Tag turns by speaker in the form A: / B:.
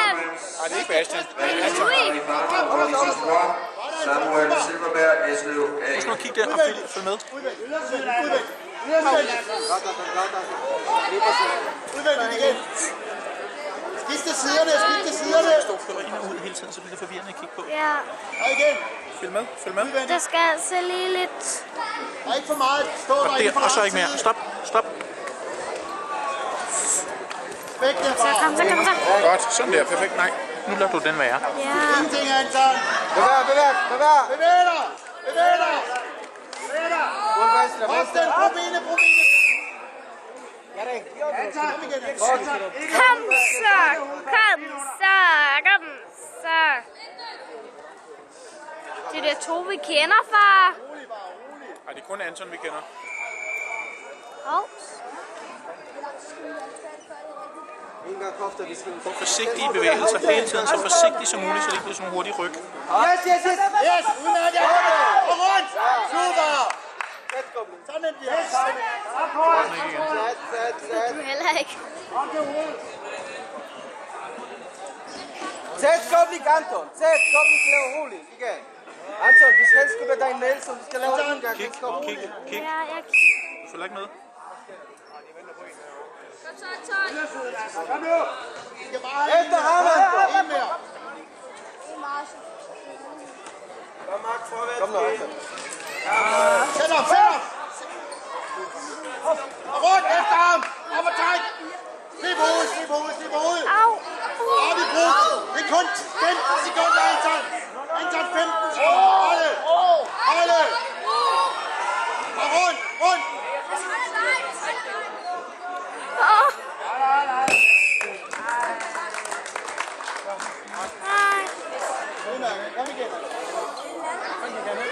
A: I need Bastion.
B: Samuel Silverberg is nu
A: Husk nu at
B: af.
A: kigge der og følg- følg med.
C: Udvendigt igen. Skift til siderne, skift til siderne.
A: Stå kører ind og ud hele tiden, så bliver det forvirrende at kigge på.
D: Ja,
C: Og igen.
A: Følg med, følg med.
D: der skal altså lige lidt...
C: Der er ikke for meget. Stå
A: Og
C: der er
A: der,
C: ikke for
A: og så
C: lang
A: ikke mere.
C: tid.
A: Stop, stop.
C: Væk derfra.
D: Så kom, så kom, så.
A: Godt, sådan der. Perfekt, nej. Nu lader du den være.
D: Ja,
C: Ingenting, Anton.
B: Bevæg, bevæg, bevæg!
C: Bevæg dig. Bevæg dig. Bevæg dig. Hold den. Brug benet, brug benet. Anton, kom igen. Anton.
D: kom så, kom så, kom så. Det er der to, vi kender, far.
A: Nej, det er kun Anton, vi kender.
D: Åh,
A: Brug forsigtige bevægelser hele tiden, så forsigtigt som muligt, så det ikke bliver sådan en hurtig ryg.
C: Yes, yes, yes. Yes, udmærket. Og rundt. Super. Sådan er det.
D: Det ved du heller ikke.
E: Sæt skublik, Anton. Sæt skublik, lav rolig. Igen. Anton, du skal helst skubbe dig i næsen, du skal lave rolig.
A: Kig, kig, kig.
D: Ja, jeg
A: Du følger ikke med.
C: Det er bare
E: Efter ham, Anton.
C: en mere.
E: Kom nu, Anton.
C: Sæt op, sæt op. Og rundt efter ham. Op og træk. Slip hovedet, slip hovedet, slip hovedet.
D: Au.
C: Op i brug. Det er kun 15 sekunder, Anton. Anton, 15 sekunder. Hold det. Hold det. Og rundt, rundt.
D: Åh. Nej.
C: Udmærket. Kom igen. Kom igen.